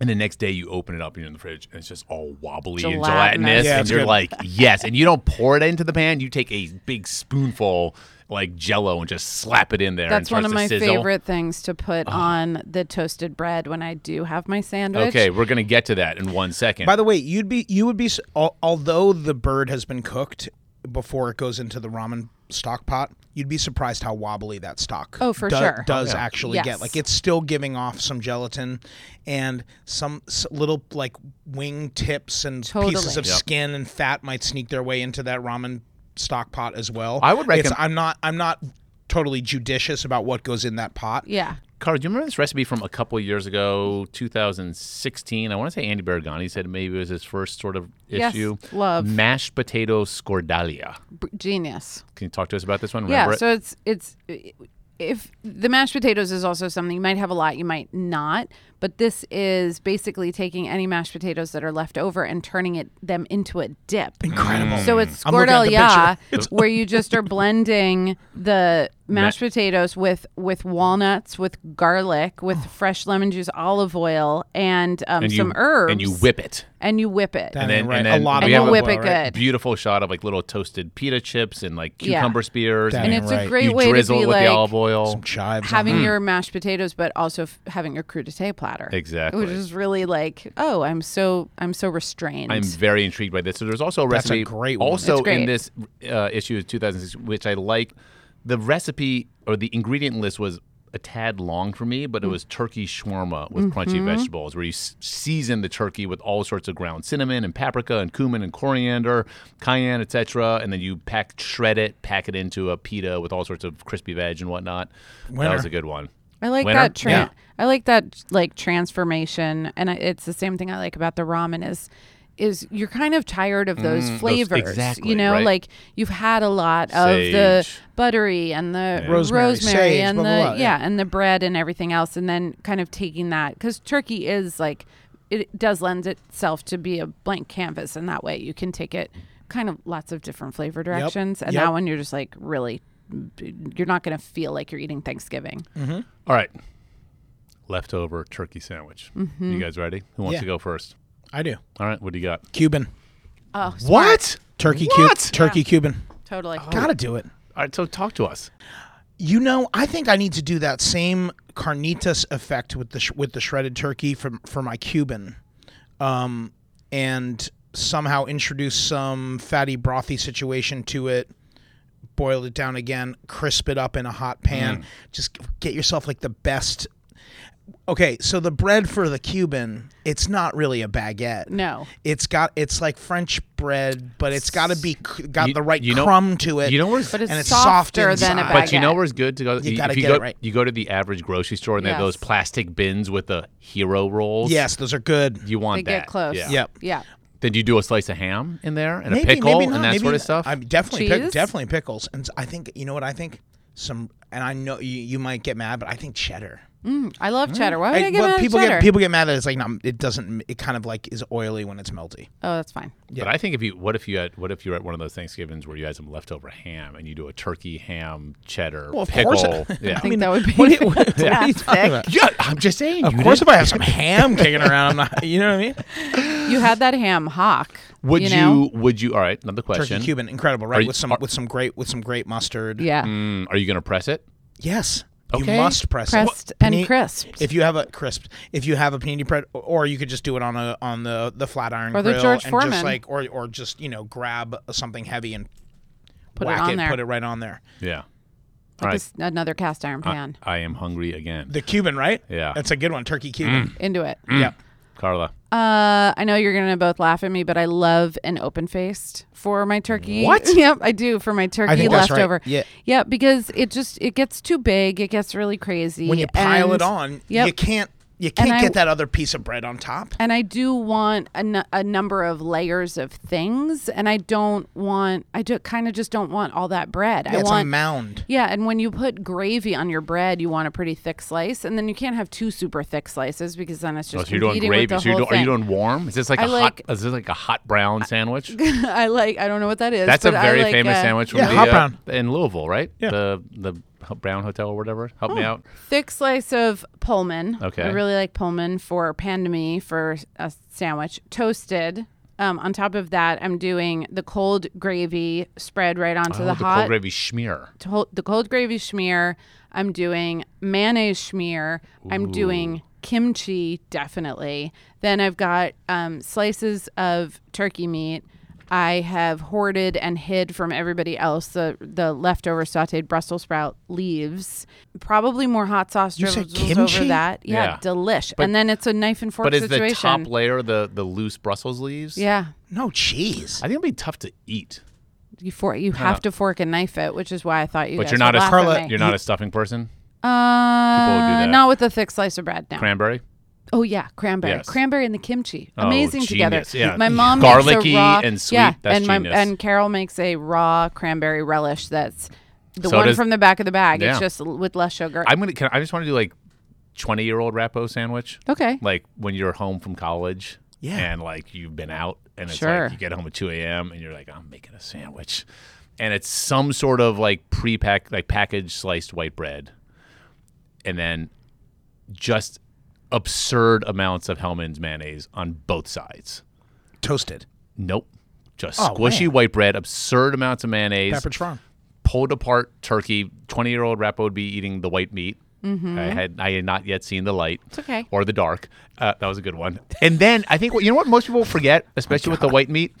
S1: And the next day you open it up and you're in the fridge and it's just all wobbly and
S3: Gelatinous.
S1: gelatinous.
S2: Yeah,
S1: and
S2: it's
S1: you're
S2: good.
S1: like, yes. And you don't pour it into the pan. You take a big spoonful like jello and just slap it in there. and
S3: That's one
S1: starts
S3: of
S1: to
S3: my
S1: sizzle. Ah.
S3: favorite things to put on the toasted bread when I do have my sandwich.
S1: Okay, we're going to get to that in one second.
S2: By the way, you'd be you would be s- al- although the bird has been cooked before it goes into the ramen stock pot, you'd be surprised how wobbly that stock
S3: Oh, for
S2: do-
S3: sure.
S2: does actually
S3: Yes.
S2: get. Like it's still giving off some gelatin and some s- little like wing tips and pieces
S3: Totally.
S2: of skin and fat might sneak their way into that ramen stock pot as well.
S1: I would
S2: It's-
S1: recommend-
S2: I'm not I'm not totally judicious about what goes in that pot.
S3: Yeah.
S1: Carl, do you remember this recipe from a couple of years ago, 2016? I want to say Andy Bergani said maybe it was his first sort of
S3: Yes,
S1: issue.
S3: love.
S1: Mashed potato scordalia.
S3: B- genius.
S1: Can you talk to us about this one?
S3: Yeah.
S1: Remember it?
S3: So it's it's if the mashed potatoes is also something you might have a lot, you might not, but this is basically taking any mashed potatoes that are left over and turning it them into a dip.
S2: Incredible.
S3: So it's
S2: I'm looking at the
S3: scordalia,
S2: picture.
S1: [laughs]
S3: where you just are blending the mashed potatoes with with walnuts, with garlic, with fresh lemon juice, olive oil, and, um,
S1: Oh. And you-
S3: some herbs,
S1: And you whip it.
S3: and you whip it,
S2: That-
S1: And then,
S2: Right,
S1: and
S2: a
S1: then
S2: lot
S1: we
S3: of
S1: have
S3: olive
S1: a
S3: oil, right?
S1: beautiful shot of like little toasted pita chips and like
S3: Yeah.
S1: cucumber spears.
S2: That
S3: and
S2: ain't
S3: it's
S2: right.
S3: a great
S1: you
S3: way to
S1: drizzle
S3: be
S1: with
S3: like
S1: the olive oil.
S2: Chives on
S3: having
S1: Hmm.
S3: your mashed potatoes, but also f- having your crudité platter.
S1: Exactly.
S3: which is really like, oh, I'm so I'm so restrained.
S1: I'm very intrigued by this. So there's also a
S2: That's a
S1: recipe.
S2: great one.
S1: also
S3: It's great.
S1: in this uh, issue of 2006, which I like. The recipe or the ingredient list was a tad long for me,
S2: Mm.
S1: but it was turkey shawarma with
S2: Mm-hmm.
S1: crunchy vegetables, where you s- season the turkey with all sorts of ground cinnamon and paprika and cumin and coriander, cayenne, etc., and then you pack shred it, pack it into a pita with all sorts of crispy veg and whatnot. That
S2: Winner.
S1: was a good one.
S3: I like
S1: Winner?
S3: that. Tra-
S1: Yeah.
S3: I like that like transformation, and I, it's the same thing I like about the ramen is is you're kind of tired of those flavors.
S1: Mm, exactly,
S3: you know,
S1: right.
S3: like you've had a lot of the
S1: Sage.
S3: buttery and the
S2: Rosemary,
S3: rosemary,
S2: sage,
S3: and
S2: blah,
S3: the
S2: blah, blah,
S3: yeah. and the bread and everything else, and then kind of taking that because turkey is like it does lend itself to be a blank canvas in that way. You can take it kind of lots of different flavor directions, and
S2: Yep.
S3: that one you're just like really, you're not going to feel like you're eating Thanksgiving.
S1: All right. Leftover turkey sandwich. You guys ready? Who wants
S2: Mm-hmm. Yeah.
S1: to go first?
S2: I do.
S1: All right, what do you got?
S2: Cuban.
S3: Oh,
S1: What?
S2: Turkey Cuban.
S1: What?
S2: Turkey Cuban.
S3: Totally.
S2: Gotta do it.
S1: All right, so talk to us.
S2: Oh. You know, I think I need to do that same carnitas effect with the sh- with the shredded turkey from for my Cuban, um, and somehow introduce some fatty brothy situation to it. Boil it down again, crisp it up in a hot pan. Just get yourself like the best. Okay, so the bread for the Cuban, it's not really a baguette.
S3: No.
S2: It's got it's like French bread, but it's got to be c- got
S1: You-
S2: the right
S1: you know-
S2: crumb to it.
S1: You know where's
S3: But it's,
S2: it's soft
S3: softer than
S2: inside.
S3: a baguette.
S1: but you know where's good to go.
S2: You gotta
S1: if you
S2: get
S1: go,
S2: it right.
S1: You go to the average grocery store and they have
S3: Yes.
S1: those plastic bins with the hero rolls.
S2: yes, those are good.
S1: you want
S3: They
S1: that.
S3: get close.
S1: Yeah.
S2: Yep.
S3: Yeah.
S1: Then you do a slice of ham in there and a pickle and that sort of stuff.
S2: I'm definitely pick,
S3: Cheese?
S2: definitely pickles, and I think you know what I think. Some and I know you, you might get mad, but I think cheddar.
S3: Mm, I love cheddar. Why would I,
S2: I-
S3: give
S2: what
S3: it
S2: people
S3: cheddar?
S2: get people get mad at it's like not, it doesn't it kind of like is oily when it's melty.
S3: oh, that's fine.
S1: But I think if you what if you had what if you're at one of those Thanksgivings where you had some leftover ham and you do a turkey ham cheddar
S2: Well, of
S1: pickle.
S2: course. [laughs]
S1: Yeah.
S3: I think that would be [laughs]
S2: what are you- what are you
S3: fantastic.
S1: yeah, I'm just saying.
S2: Of
S1: you
S2: course,
S1: did-
S2: if I
S1: [laughs]
S2: have some ham kicking around, I'm not. You know what I mean?
S3: You had that ham hock.
S1: would you,
S3: know?
S1: would you all right, another
S2: Turkey
S1: question.
S2: Cuban, incredible, right?
S1: you-
S2: with some with some great with some great mustard.
S3: Yeah.
S1: Mm, are you gonna press it?
S2: Yes.
S1: Okay.
S2: You must press
S3: Pressed
S2: it.
S3: and
S2: Pani-
S3: crisped.
S2: If you have a crisped, if you have a panini bread, or you could just do it on a on the the flat iron
S3: Or the
S2: grill
S3: George
S2: and
S3: Foreman.
S2: just like or or just you know grab something heavy and
S3: Put it
S2: whack
S3: on there.
S2: put it right on there.
S1: Yeah.
S3: Like
S1: right.
S3: this- another cast iron
S2: Uh.
S3: pan
S1: I am hungry again.
S2: The Cuban, right?
S1: Yeah. Mm-hmm.
S2: that's a good one. Turkey Cuban.
S3: into it.
S2: Yeah,
S1: Carla.
S3: Uh, I know you're gonna both laugh at me, but I love an open faced for my turkey.
S1: What?
S3: [laughs] Yep, I do for my turkey
S2: think that's right.
S3: leftover.
S2: Yeah.
S3: yeah, because it just it gets too big, it gets really crazy.
S2: when you pile it
S3: and-
S2: on,
S3: yep.
S2: you can't you can't
S3: I-
S2: get that other piece of bread on top.
S3: and I do want a, nu- a number of layers of things, and I don't want I do kind of just don't want all that bread.
S2: Yeah,
S3: I
S2: it's
S3: want
S2: a mound.
S3: Yeah, and when you put gravy on your bread, you want a pretty thick slice, and then you can't have two super thick slices because then it's
S1: Oh, so
S3: just
S1: you're doing
S3: competing
S1: gravy.
S3: With the
S1: So you're
S3: whole
S1: doing, are you
S3: thing.
S1: doing warm? Is this like a
S3: I
S1: hot
S3: like-
S1: is this like a hot brown sandwich?
S3: [laughs] I like. I don't know what that is.
S1: That's a
S3: but I
S1: very
S3: like,
S1: famous
S3: uh,
S1: sandwich from
S2: Yeah,
S1: the,
S2: hot
S1: uh,
S2: brown.
S1: in Louisville, right?
S2: Yeah.
S1: The the Ho- Brown Hotel or whatever. Help
S3: Hmm.
S1: me out.
S3: Thick slice of Pullman.
S1: Okay.
S3: I really like Pullman for pan to me for a sandwich. Toasted. Um, on top of that, I'm doing the cold gravy spread right onto
S1: Oh,
S3: the
S1: the
S3: hot
S1: cold gravy schmear.
S3: to- the cold gravy schmear. I'm doing mayonnaise schmear. I'm doing kimchi definitely. Then I've got um, slices of turkey meat. I have hoarded and hid from everybody else the the leftover sautéed Brussels sprout leaves. Probably more hot sauce
S2: said
S3: drizzles
S2: kimchi?
S3: over that. Yeah,
S1: Yeah.
S3: delish. and then it's a knife and fork
S1: But is
S3: situation.
S1: the top layer the the loose Brussels leaves?
S3: yeah.
S2: No cheese.
S1: I think it'd be tough to eat.
S3: You, for, you have to fork and knife it, which is why I thought you
S1: But
S3: guys
S1: you're not a
S3: would laugh at
S2: Carla,
S3: me.
S1: You're not a stuffing person. would do
S3: Uh,
S1: that.
S3: not with a thick slice of bread. No.
S1: Cranberry.
S3: oh yeah, cranberry,
S1: Yes.
S3: cranberry and the kimchi,
S1: Oh,
S3: amazing together.
S1: genius. Yeah.
S3: My mom
S1: Garlicky
S3: makes a raw,
S1: and sweet.
S3: Yeah,
S1: That's
S3: and my
S1: genius.
S3: and Carol makes a raw cranberry relish. That's the
S1: So
S3: one
S1: does-
S3: from the back of the bag.
S1: Yeah.
S3: It's just l- with less sugar.
S1: I'm gonna. Can, I just want to do like twenty year old Rappo sandwich.
S3: okay.
S1: Like when you're home from college.
S2: Yeah.
S1: And like you've been out, and it's
S3: Sure.
S1: like you get home at two a.m. and you're like, I'm making a sandwich, and it's some sort of like pre-pack, like packaged sliced white bread, and then just absurd amounts of Hellman's mayonnaise on both sides.
S2: Toasted.
S1: Nope. Just
S2: Oh,
S1: squishy
S2: man.
S1: white bread, absurd amounts of mayonnaise,
S2: Peppered farm.
S1: pulled apart turkey. Twenty year old Rappo would be eating the white meat. I had I had not yet seen the light. It's
S3: okay.
S1: Or the dark. Uh, that was a good one. And then I think what you know what most people forget, especially with the white meat,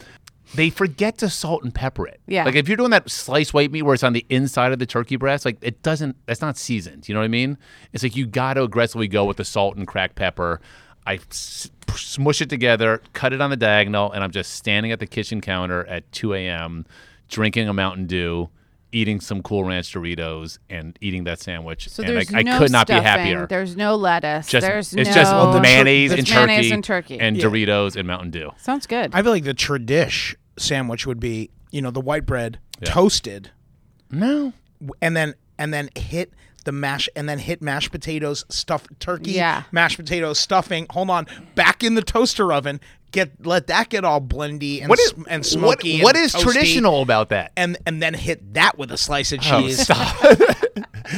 S1: they forget to salt and pepper it.
S3: Yeah.
S1: Like if you're doing that sliced white meat where it's on the inside of the turkey breast, like it doesn't. That's not seasoned. You know what I mean? It's like you got to aggressively go with the salt and cracked pepper. I s- smush it together, cut it on the diagonal, and I'm just standing at the kitchen counter at 2 a.m. drinking a Mountain Dew, eating some Cool Ranch Doritos, and eating that sandwich.
S3: So
S1: and
S3: there's
S1: I,
S3: no
S1: I could not
S3: stuffing.
S1: be happier.
S3: There's no lettuce.
S1: just,
S3: there's
S1: it's
S3: no.
S1: just mayonnaise,
S3: It's
S1: and turkey,
S3: mayonnaise and turkey.
S1: and Doritos and Mountain Dew.
S3: Sounds good.
S2: I feel like the tradish sandwich would be you know the white bread toasted
S1: No.
S2: and then and then hit the mash, and then hit mashed potatoes, stuffed turkey,
S3: Yeah.
S2: mashed potatoes, stuffing. Hold on, back in the toaster oven. Get let that get all blendy and
S1: What is
S2: sm- and smoky.
S1: What, what
S2: and
S1: is
S2: toasty,
S1: traditional about that?
S2: And and then hit that with a slice of
S1: Oh,
S2: cheese.
S1: [laughs] stop.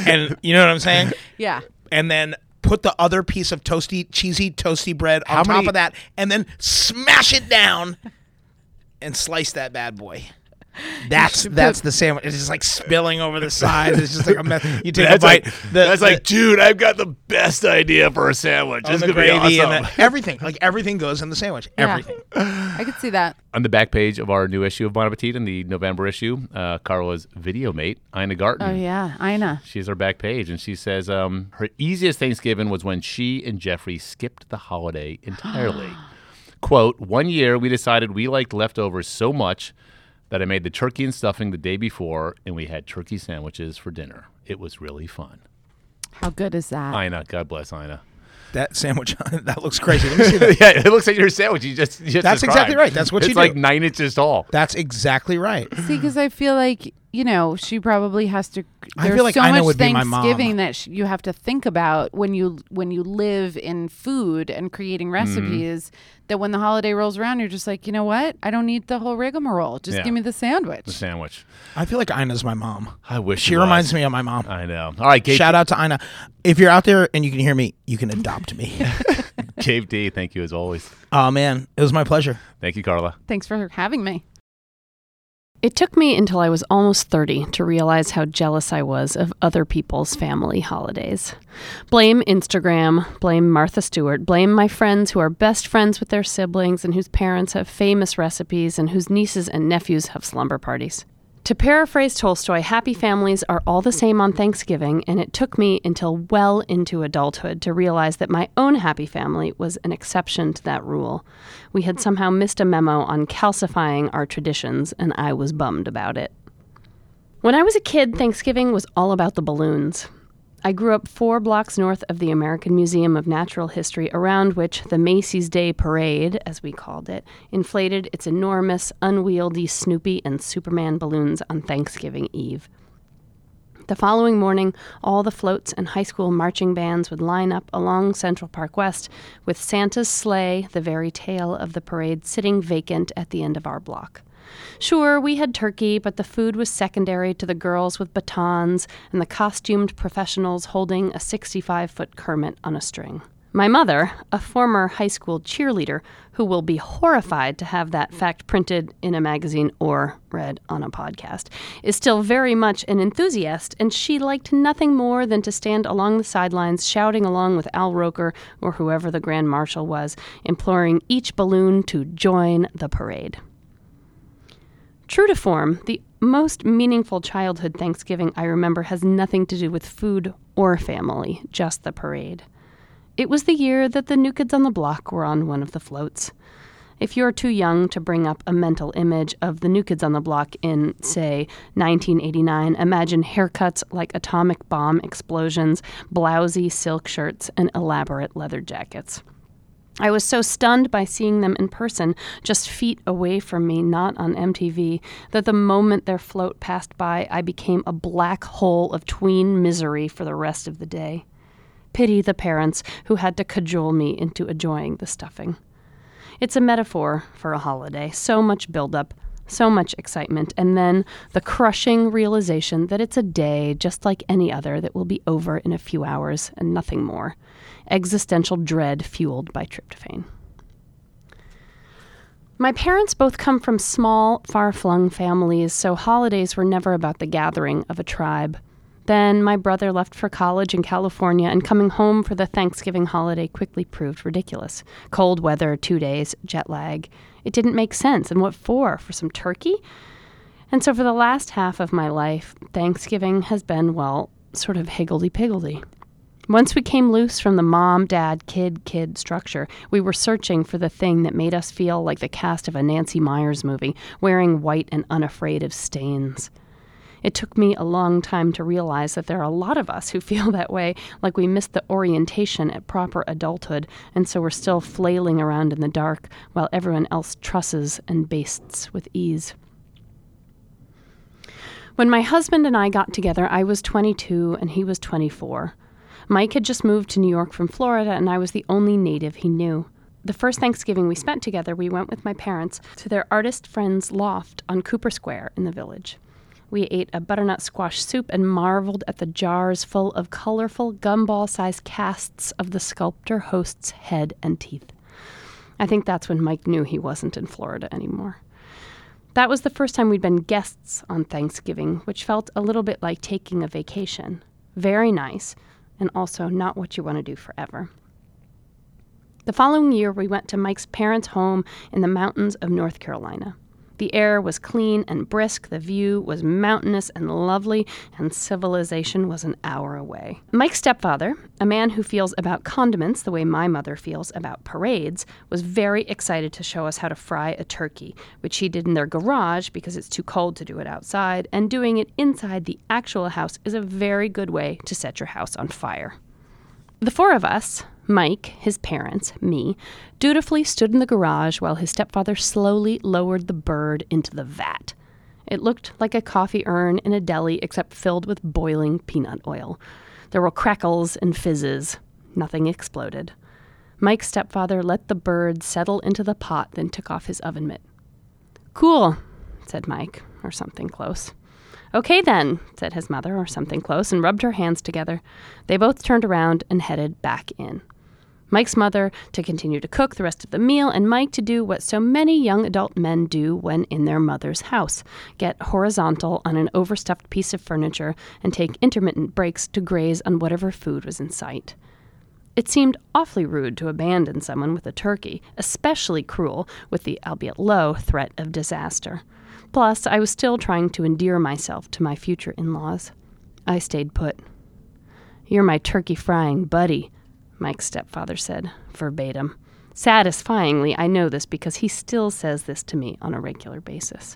S2: and you know what
S1: [laughs]
S2: I'm saying?
S3: Yeah.
S2: and then put the other piece of toasty, cheesy, toasty bread on
S1: How
S2: top
S1: many-
S2: of that, and then smash it down and slice that bad boy. That's that's the sandwich. It's just like spilling over the sides. It's just like a mess. You take
S1: That's
S2: a bite.
S1: like,
S2: the-
S1: that's
S2: the-
S1: like, dude, I've got the best idea for a sandwich.
S2: on
S1: This
S2: the
S1: could be
S2: gravy
S1: awesome. [laughs]
S2: and the, everything. Like everything goes in the sandwich.
S3: Yeah.
S2: Everything.
S3: I could see that.
S1: On the back page of our new issue of Bon Appetit in the November issue, uh, Carla's video mate, Ina Garten.
S3: Oh yeah, Ina.
S1: She's our back page, and she says um, her easiest Thanksgiving was when she and Jeffrey skipped the holiday entirely.
S2: [gasps]
S1: Quote, one year we decided we liked leftovers so much that I made the turkey and stuffing the day before, and we had turkey sandwiches for dinner. It was really fun.
S3: How good is that?
S1: Ina, God bless
S2: [laughs]
S1: Ina.
S2: That sandwich. [laughs] that looks crazy. Let me see that.
S1: [laughs] yeah, it looks like your sandwich. You just, you just
S2: That's
S1: described.
S2: exactly right. That's what
S1: it's
S2: you do.
S1: like nine inches tall.
S2: That's exactly right.
S3: See, because I feel like you know she probably has to.
S2: I
S3: There's
S2: feel like
S3: so
S2: Ina
S3: much
S2: would be my mom.
S3: Thanksgiving that sh- you have to think about when you when you live in food and creating
S2: Mm-hmm.
S3: recipes. That when the holiday rolls around, you're just like, you know what? I don't need the whole rigmarole. Just
S1: Yeah.
S3: give me the sandwich.
S1: Sandwich.
S2: I feel like Ina's my mom.
S1: I wish
S2: She reminds me of my mom.
S1: I know. All right, Gabe,
S2: Shout out to Ina. If you're out there and you can hear me, you can adopt me.
S1: [laughs] Gabe D. Thank you as always.
S2: Oh man, it was my pleasure.
S1: Thank you, Carla.
S3: Thanks for having me.
S4: It took me until I was almost 30 to realize how jealous I was of other people's family holidays. Blame Instagram, blame Martha Stewart, blame my friends who are best friends with their siblings and whose parents have famous recipes and whose nieces and nephews have slumber parties. To paraphrase Tolstoy, happy families are all the same on Thanksgiving, and it took me until well into adulthood to realize that my own happy family was an exception to that rule. We had somehow missed a memo on calcifying our traditions, and I was bummed about it. When I was a kid, Thanksgiving was all about the balloons. I grew up four blocks north of the American Museum of Natural History, around which the Macy's Day Parade, as we called it, inflated its enormous, unwieldy Snoopy and Superman balloons on Thanksgiving Eve. The following morning, all the floats and high school marching bands would line up along Central Park West, with Santa's sleigh, the very tail of the parade, sitting vacant at the end of our block. Sure, we had turkey, but the food was secondary to the girls with batons and the costumed professionals holding a 65 foot Kermit on a string. My mother, a former high school cheerleader who will be horrified to have that fact printed in a magazine or read on a podcast, is still very much an enthusiast, and she liked nothing more than to stand along the sidelines shouting along with Al Roker or whoever the Grand Marshal was, imploring each balloon to join the parade. True to form, the most meaningful childhood Thanksgiving I remember has nothing to do with food or family, just the parade. It was the year that the New Kids on the Block were on one of the floats. If you're too young to bring up a mental image of the New Kids on the Block in, say, 1989, imagine haircuts like atomic bomb explosions, blousy silk shirts, and elaborate leather jackets. I was so stunned by seeing them in person, just feet away from me, not on MTV, that the moment their float passed by, I became a black hole of tween misery for the rest of the day. Pity the parents who had to cajole me into enjoying the stuffing. It's a metaphor for a holiday. So much buildup, so much excitement, and then the crushing realization that it's a day just like any other that will be over in a few hours and nothing more. Existential dread fueled by tryptophan. My parents both come from small, far flung families, so holidays were never about the gathering of a tribe. Then my brother left for college in California, and coming home for the Thanksgiving holiday quickly proved ridiculous. Cold weather, two days, jet lag. It didn't make sense, and what for? For some turkey? And so for the last half of my life, Thanksgiving has been, well, sort of higgledy piggledy. Once we came loose from the mom, dad, kid, kid structure, we were searching for the thing that made us feel like the cast of a Nancy Myers movie, wearing white and unafraid of stains. It took me a long time to realize that there are a lot of us who [laughs] feel that way, like we missed the orientation at proper adulthood, and so we're still flailing around in the dark while everyone else trusses and bastes with ease. When my husband and I got together, I was 22 and he was 24. Mike had just moved to New York from Florida, and I was the only native he knew. The first Thanksgiving we spent together, we went with my parents to their artist friend's loft on Cooper Square in the village. We ate a butternut squash soup and marveled at the jars full of colorful gumball sized casts of the sculptor host's head and teeth. I think that's when Mike knew he wasn't in Florida anymore. That was the first time we'd been guests on Thanksgiving, which felt a little bit like taking a vacation. Very nice, and also not what you want to do forever. The following year, we went to Mike's parents' home in the mountains of North Carolina. The air was clean and brisk, the view was mountainous and lovely, and civilization was an hour away. Mike's stepfather, a man who feels about condiments the way my mother feels about parades, was very excited to show us how to fry a turkey, which he did in their garage because it's too cold to do it outside, and doing it inside the actual house is a very good way to set your house on fire. The four of us, Mike, his parents, me, dutifully stood in the garage while his stepfather slowly lowered the bird into the vat. It looked like a coffee urn in a deli, except filled with boiling peanut oil. There were crackles and fizzes. Nothing exploded. Mike's stepfather let the bird settle into the pot, then took off his oven mitt. Cool, said Mike, or something close. Okay, then, said his mother, or something close, and rubbed her hands together. They both turned around and headed back in. Mike's mother to continue to cook the rest of the meal, and Mike to do what so many young adult men do when in their mother's house get horizontal on an overstuffed piece of furniture and take intermittent breaks to graze on whatever food was in sight. It seemed awfully rude to abandon someone with a turkey, especially cruel with the, albeit low, threat of disaster. Plus, I was still trying to endear myself to my future in laws. I stayed put. You're my turkey frying buddy, Mike's stepfather said, verbatim. Satisfyingly, I know this because he still says this to me on a regular basis.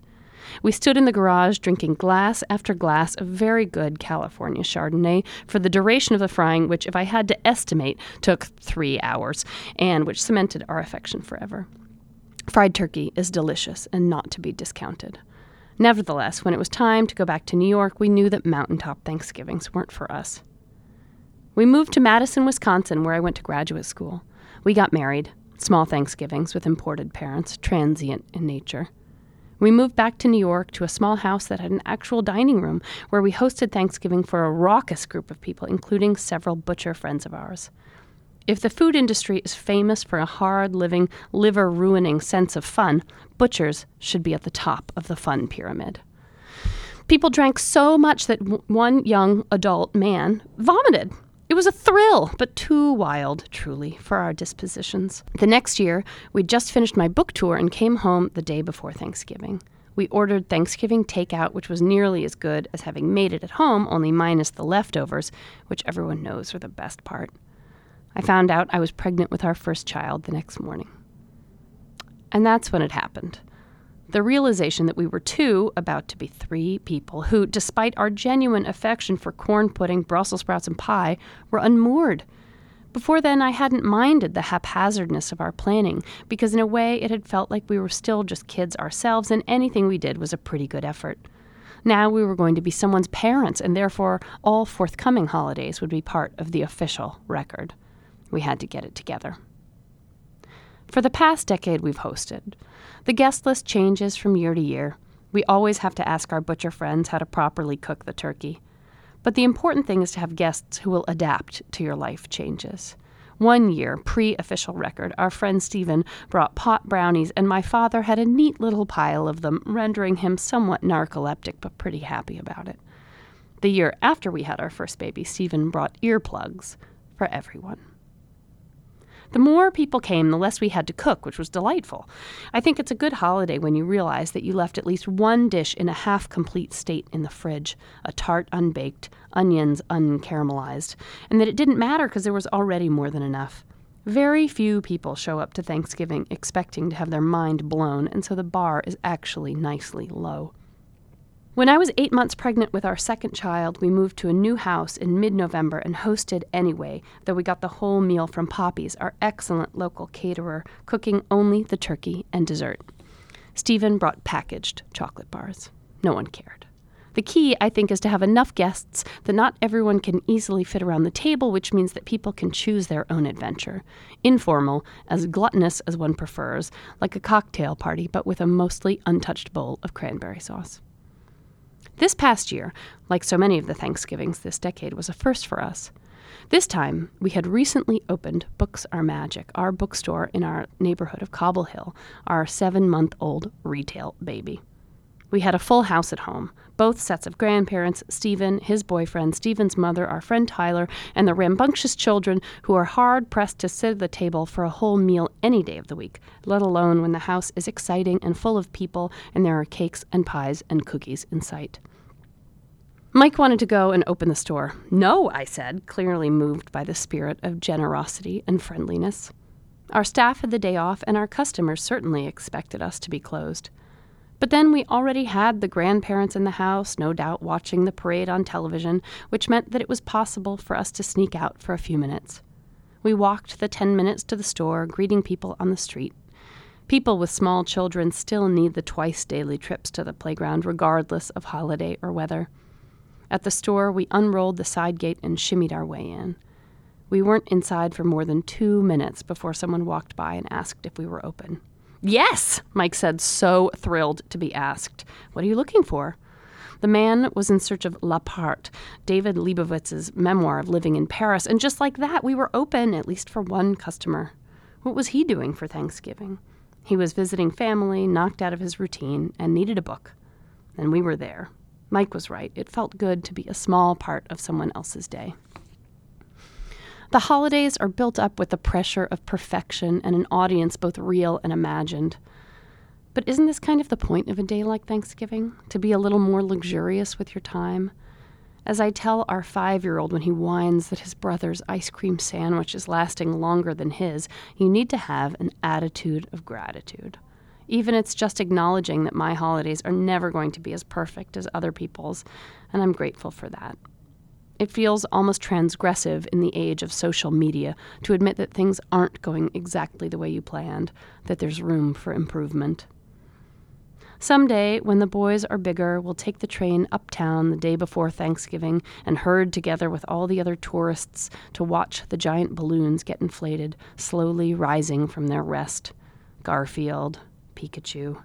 S4: We stood in the garage drinking glass after glass of very good California Chardonnay for the duration of the frying, which, if I had to estimate, took three hours, and which cemented our affection forever. Fried turkey is delicious and not to be discounted. Nevertheless, when it was time to go back to New York, we knew that mountaintop Thanksgivings weren't for us. We moved to Madison, Wisconsin, where I went to graduate school. We got married, small Thanksgivings with imported parents, transient in nature. We moved back to New York to a small house that had an actual dining room where we hosted Thanksgiving for a raucous group of people, including several butcher friends of ours. If the food industry is famous for a hard living, liver ruining sense of fun, butchers should be at the top of the fun pyramid. People drank so much that w- one young adult man vomited. It was a thrill, but too wild, truly, for our dispositions. The next year, we'd just finished my book tour and came home the day before Thanksgiving. We ordered Thanksgiving takeout, which was nearly as good as having made it at home, only minus the leftovers, which everyone knows are the best part. I found out I was pregnant with our first child the next morning. And that's when it happened. The realization that we were two, about to be three people, who, despite our genuine affection for corn pudding, Brussels sprouts, and pie, were unmoored. Before then, I hadn't minded the haphazardness of our planning, because in a way it had felt like we were still just kids ourselves, and anything we did was a pretty good effort. Now we were going to be someone's parents, and therefore all forthcoming holidays would be part of the official record. We had to get it together. For the past decade, we've hosted. The guest list changes from year to year. We always have to ask our butcher friends how to properly cook the turkey. But the important thing is to have guests who will adapt to your life changes. One year, pre official record, our friend Stephen brought pot brownies, and my father had a neat little pile of them, rendering him somewhat narcoleptic but pretty happy about it. The year after we had our first baby, Stephen brought earplugs for everyone. The more people came, the less we had to cook, which was delightful. I think it's a good holiday when you realize that you left at least one dish in a half complete state in the fridge a tart unbaked, onions uncaramelized, and that it didn't matter because there was already more than enough. Very few people show up to Thanksgiving expecting to have their mind blown, and so the bar is actually nicely low. When I was eight months pregnant with our second child, we moved to a new house in mid November and hosted anyway, though we got the whole meal from Poppy's, our excellent local caterer, cooking only the turkey and dessert. Stephen brought packaged chocolate bars. No one cared. The key, I think, is to have enough guests that not everyone can easily fit around the table, which means that people can choose their own adventure. Informal, as gluttonous as one prefers, like a cocktail party, but with a mostly untouched bowl of cranberry sauce. This past year, like so many of the Thanksgivings this decade, was a first for us. This time, we had recently opened Books Are Magic, our bookstore in our neighborhood of Cobble Hill, our seven month old retail baby. We had a full house at home. Both sets of grandparents, Stephen, his boyfriend, Stephen's mother, our friend Tyler, and the rambunctious children who are hard pressed to sit at the table for a whole meal any day of the week, let alone when the house is exciting and full of people and there are cakes and pies and cookies in sight. Mike wanted to go and open the store. No, I said, clearly moved by the spirit of generosity and friendliness. Our staff had the day off, and our customers certainly expected us to be closed. But then we already had the grandparents in the house, no doubt watching the parade on television, which meant that it was possible for us to sneak out for a few minutes. We walked the 10 minutes to the store, greeting people on the street. People with small children still need the twice daily trips to the playground, regardless of holiday or weather. At the store, we unrolled the side gate and shimmied our way in. We weren't inside for more than two minutes before someone walked by and asked if we were open. Yes, Mike said, so thrilled to be asked. What are you looking for? The man was in search of La Part, David Leibovitz's memoir of living in Paris, and just like that, we were open, at least for one customer. What was he doing for Thanksgiving? He was visiting family, knocked out of his routine, and needed a book. And we were there. Mike was right. It felt good to be a small part of someone else's day. The holidays are built up with the pressure of perfection and an audience both real and imagined. But isn't this kind of the point of a day like Thanksgiving? To be a little more luxurious with your time? As I tell our five year old when he whines that his brother's ice cream sandwich is lasting longer than his, you need to have an attitude of gratitude. Even it's just acknowledging that my holidays are never going to be as perfect as other people's, and I'm grateful for that. It feels almost transgressive in the age of social media to admit that things aren't going exactly the way you planned, that there's room for improvement. Someday, when the boys are bigger, we'll take the train uptown the day before Thanksgiving and herd together with all the other tourists to watch the giant balloons get inflated, slowly rising from their rest. Garfield, Pikachu.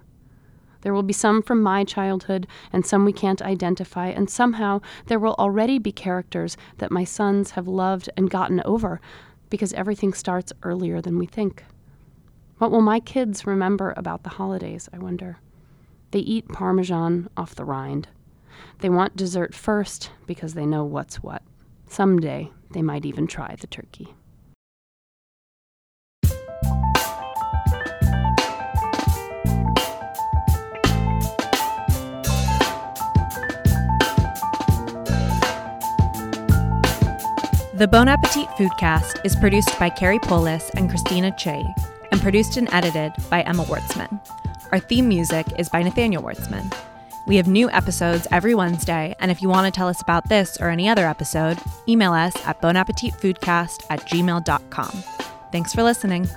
S4: There will be some from my childhood and some we can't identify, and somehow there will already be characters that my sons have loved and gotten over because everything starts earlier than we think. What will my kids remember about the holidays, I wonder? They eat Parmesan off the rind. They want dessert first because they know what's what. Someday they might even try the turkey.
S5: The Bon Appetit Foodcast is produced by Carrie Polis and Christina Che and produced and edited by Emma Wartzman. Our theme music is by Nathaniel Wartzman. We have new episodes every Wednesday, and if you want to tell us about this or any other episode, email us at bonappetitfoodcast at gmail.com. Thanks for listening.